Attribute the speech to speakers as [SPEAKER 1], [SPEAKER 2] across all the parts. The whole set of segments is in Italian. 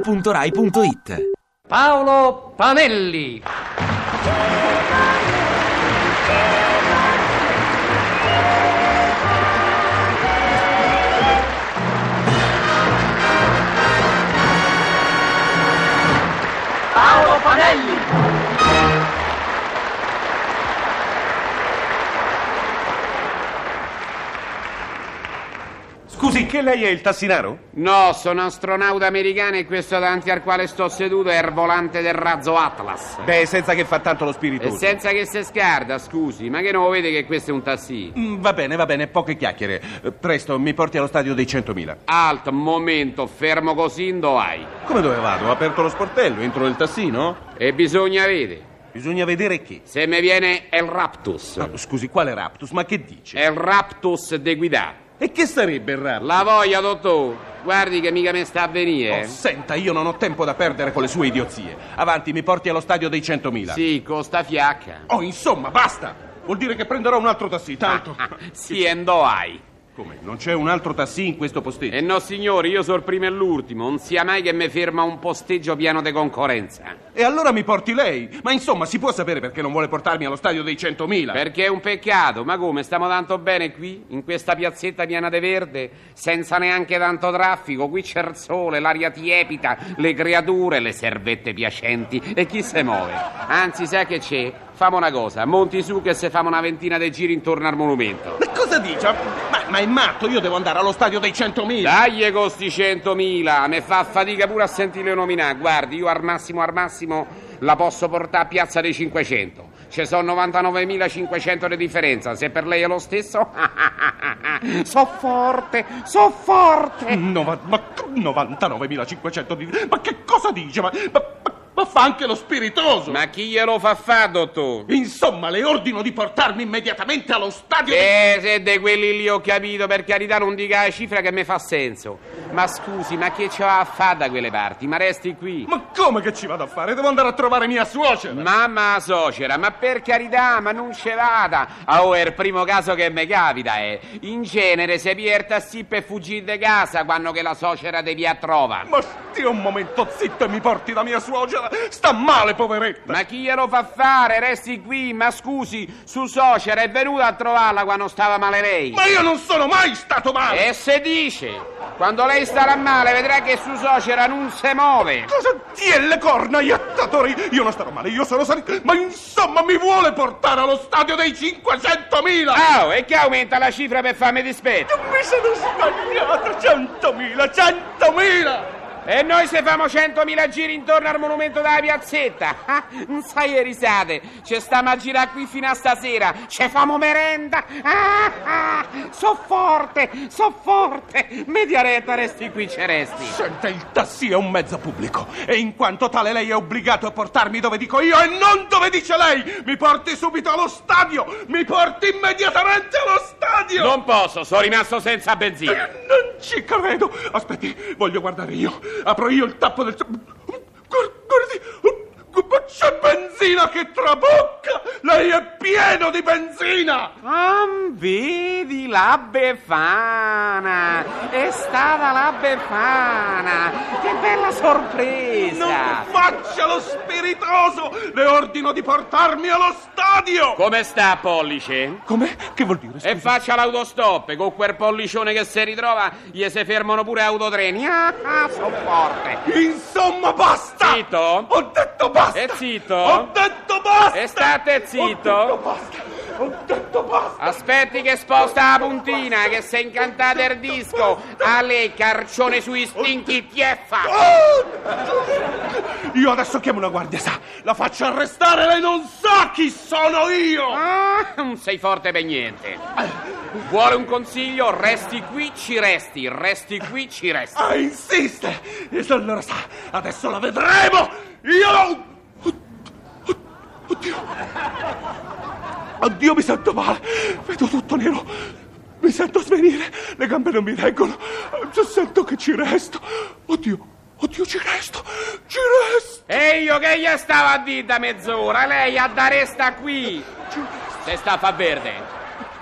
[SPEAKER 1] radio2pod.rai.it
[SPEAKER 2] Paolo Panelli. Paolo Panelli.
[SPEAKER 3] Scusi, che lei è il tassinaro?
[SPEAKER 2] No, sono astronauta americano e questo davanti al quale sto seduto è il volante del razzo Atlas.
[SPEAKER 3] Beh, senza che fa tanto lo
[SPEAKER 2] E
[SPEAKER 3] spiritoso.
[SPEAKER 2] senza che se scarda, scusi, ma che non lo vede che questo è un tassì?
[SPEAKER 3] Mm, Va bene, va bene, poche chiacchiere. Eh, Presto, mi porti allo stadio dei 100.000.
[SPEAKER 2] Alt, momento, fermo così, dove vai?
[SPEAKER 3] Come dove vado? Ho aperto lo sportello, entro nel tassino?
[SPEAKER 2] E bisogna vedere,
[SPEAKER 3] Bisogna vedere che.
[SPEAKER 2] se mi viene il raptus.
[SPEAKER 3] No, scusi, quale raptus? Ma che Ah, dice?
[SPEAKER 2] È il raptus de guida.
[SPEAKER 3] E che sarebbe il raptus?
[SPEAKER 2] La voglia, dottore, guardi che mica mi sta a venire. eh.
[SPEAKER 3] Oh, senta, io non ho tempo da perdere con le sue idiozie. Avanti, mi porti allo stadio dei 100.000.
[SPEAKER 2] Sì, costa fiacca.
[SPEAKER 3] Oh, insomma, basta! Vuol dire che prenderò un altro tassì, tanto.
[SPEAKER 2] Sì, e dove vai?
[SPEAKER 3] Come? Non c'è un altro tassì in questo posteggio?
[SPEAKER 2] E no, signori, io sono il primo e l'ultimo. Non sia mai che mi ferma un posteggio pieno di concorrenza.
[SPEAKER 3] E allora mi porti lei? Ma insomma, si può sapere perché non vuole portarmi allo stadio dei 100.000?
[SPEAKER 2] Perché è un peccato, ma come stiamo tanto bene qui, in questa piazzetta piena di verde, senza neanche tanto traffico, qui c'è il sole, l'aria tiepida, le creature, le servette piacenti e chi se muove. Anzi, sai che c'è? Famo una cosa, monti su che se famo una ventina di giri intorno al monumento.
[SPEAKER 3] Ma cosa dice? Ma, ma è matto, io devo andare allo stadio dei 100.000.
[SPEAKER 2] Dagli costi 100.000, mi fa fatica pure a sentirle nominare. Guardi, io al massimo, al massimo la posso portare a Piazza dei 500. Ci sono 99.500 di differenza. Se per lei è lo stesso, so forte, so forte.
[SPEAKER 3] Nova- ma che 99.500 di... Ma che cosa dice? Ma, ma- ma- ma fa anche lo spiritoso!
[SPEAKER 2] Ma chi glielo fa fa, dottore?
[SPEAKER 3] Insomma, le ordino di portarmi immediatamente allo stadio dei...
[SPEAKER 2] Eh, se di quelli lì ho capito, per carità non dica la cifra che mi fa senso. Ma scusi, ma che ce va a fa da quelle parti? Ma resti qui.
[SPEAKER 3] Ma come che ci vado a fare? Devo andare a trovare mia suocera!
[SPEAKER 2] Mamma socera, ma per carità, ma non ce vada! Ah, Oh, è il primo caso che mi capita, eh! In genere se pierta sì per fuggire di casa quando che la socera te via trova.
[SPEAKER 3] Ma stia un momento zitto e mi porti da mia suocera! Sta male, poveretta!
[SPEAKER 2] Ma chi glielo fa fare? Resti qui, ma scusi, su socera è venuta a trovarla quando stava male lei.
[SPEAKER 3] Ma io non sono mai stato male!
[SPEAKER 2] E se dice, quando lei starà male vedrà che su socera non si muove.
[SPEAKER 3] Cosa tie le corna, iattatori? Io non starò male, io sono sanito. Ma insomma, mi vuole portare allo stadio dei 500.000!
[SPEAKER 2] Ah, oh, e che aumenta la cifra per fame di spetto?
[SPEAKER 3] Mi sono sbagliato! 100.000! 100.000!
[SPEAKER 2] E noi se famo 100.000 giri intorno al monumento della piazzetta. Ah, non sai le risate. Ci stiamo a girare qui fino a stasera. Ci famo merenda. Ah, ah, so forte, so forte. Media retta resti qui, ce resti.
[SPEAKER 3] Senta, il tassì è un mezzo pubblico e in quanto tale lei è obbligato a portarmi dove dico io e non dove dice lei! Mi porti subito allo stadio! Mi porti immediatamente allo stadio!
[SPEAKER 2] posso, sono rimasto senza benzina.
[SPEAKER 3] Non ci credo! Aspetti, voglio guardare io. Apro io il tappo del... Guardi, guardi! ma C'è benzina che trabocca! Lei è pieno di benzina!
[SPEAKER 2] Ah, vedi la Befana. È stata la Befana. Che bella sorpresa.
[SPEAKER 3] Non faccia lo spiritoso! Le ordino di portarmi allo stadio!
[SPEAKER 2] Come sta, pollice?
[SPEAKER 3] Com'è? Che vuol dire?
[SPEAKER 2] E faccia l'autostop, con quel pollicione che si ritrova, gli si fermano pure autotreni. Ah, ah sono forte.
[SPEAKER 3] Insomma, basta!
[SPEAKER 2] Zitto.
[SPEAKER 3] Ho detto basta!
[SPEAKER 2] E zitto.
[SPEAKER 3] Ho detto basta!
[SPEAKER 2] E state zitto.
[SPEAKER 3] Ho detto basta! Ho detto basta!
[SPEAKER 2] Aspetti che sposta la puntina, che se incantate il disco. Ale, carcione sui stinchi, tieffa.
[SPEAKER 3] Io adesso chiamo una guardia, sa? La faccio arrestare, lei non sa chi sono io!
[SPEAKER 2] Ah, non sei forte per niente. Vuole un consiglio? Resti qui, ci resti. Resti qui, ci resti.
[SPEAKER 3] Ah, insiste! E se allora sa, adesso la vedremo! Io non... Oddio! Oddio, mi sento male! Vedo tutto nero! Mi sento svenire! Le gambe non mi reggono! Sento che ci resto! Oddio! Oddio, ci resto! Ci resto!
[SPEAKER 2] E io che gli stavo a dire da mezz'ora? Lei a da resta qui.
[SPEAKER 3] Ci resto!
[SPEAKER 2] Se sta a fa verde.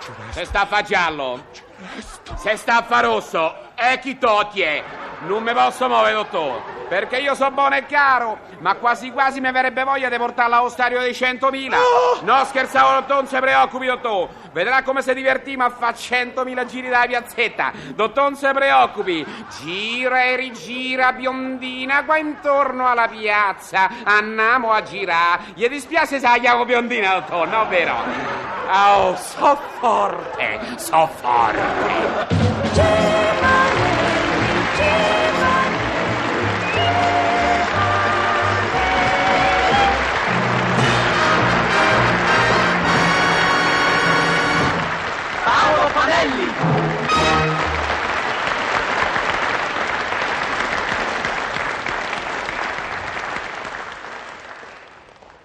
[SPEAKER 3] Ci resto!
[SPEAKER 2] Se sta a fa giallo.
[SPEAKER 3] Ci resto!
[SPEAKER 2] Se sta a fa rosso, e chi toglie? Non mi posso muovere, dottore. Perché io so buono e caro, ma quasi quasi mi verrebbe voglia di portarla a ostario dei 100.000. No, scherzavo, dottore, non si preoccupi, dottore. Vedrà come si divertì, ma fa 100.000 giri dalla piazzetta. Dottore, non si preoccupi. Gira e rigira, biondina, qua intorno alla piazza. Andiamo a girare. Gli dispiace se la chiamo biondina, dottore, no, vero? Oh, so forte, so forte.
[SPEAKER 1] Paolo Panelli!